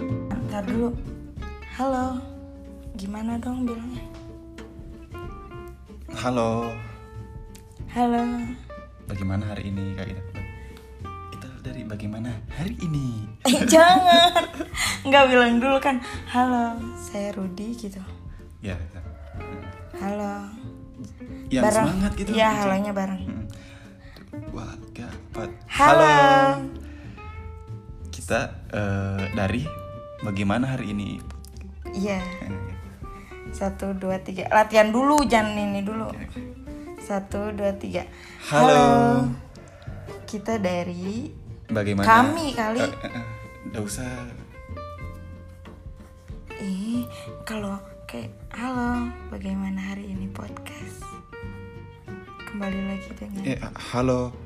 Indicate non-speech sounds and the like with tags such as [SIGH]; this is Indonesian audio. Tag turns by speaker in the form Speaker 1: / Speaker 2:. Speaker 1: bentar dulu halo gimana dong bilangnya
Speaker 2: Halo,
Speaker 1: halo
Speaker 2: bagaimana hari ini Kak Ida? Kita dari bagaimana hari ini?
Speaker 1: eh [LAUGHS] jangan nggak bilang dulu kan halo saya Rudi gitu
Speaker 2: Ya, ya.
Speaker 1: halo
Speaker 2: yang
Speaker 1: Bareng.
Speaker 2: semangat gitu.
Speaker 1: ya halonya bareng
Speaker 2: Mm. Dua, tiga, empat.
Speaker 1: Halo.
Speaker 2: Kita eh, dari bagaimana hari ini?
Speaker 1: iya satu dua tiga latihan dulu jangan ini dulu satu dua tiga
Speaker 2: Halo.
Speaker 1: kita dari
Speaker 2: Bagaimana?
Speaker 1: Kami kali.
Speaker 2: Eh, eh, eh, nggak usah.
Speaker 1: ih kalau kayak halo bagaimana hari ini podcast kembali lagi dengan
Speaker 2: Eh, halo.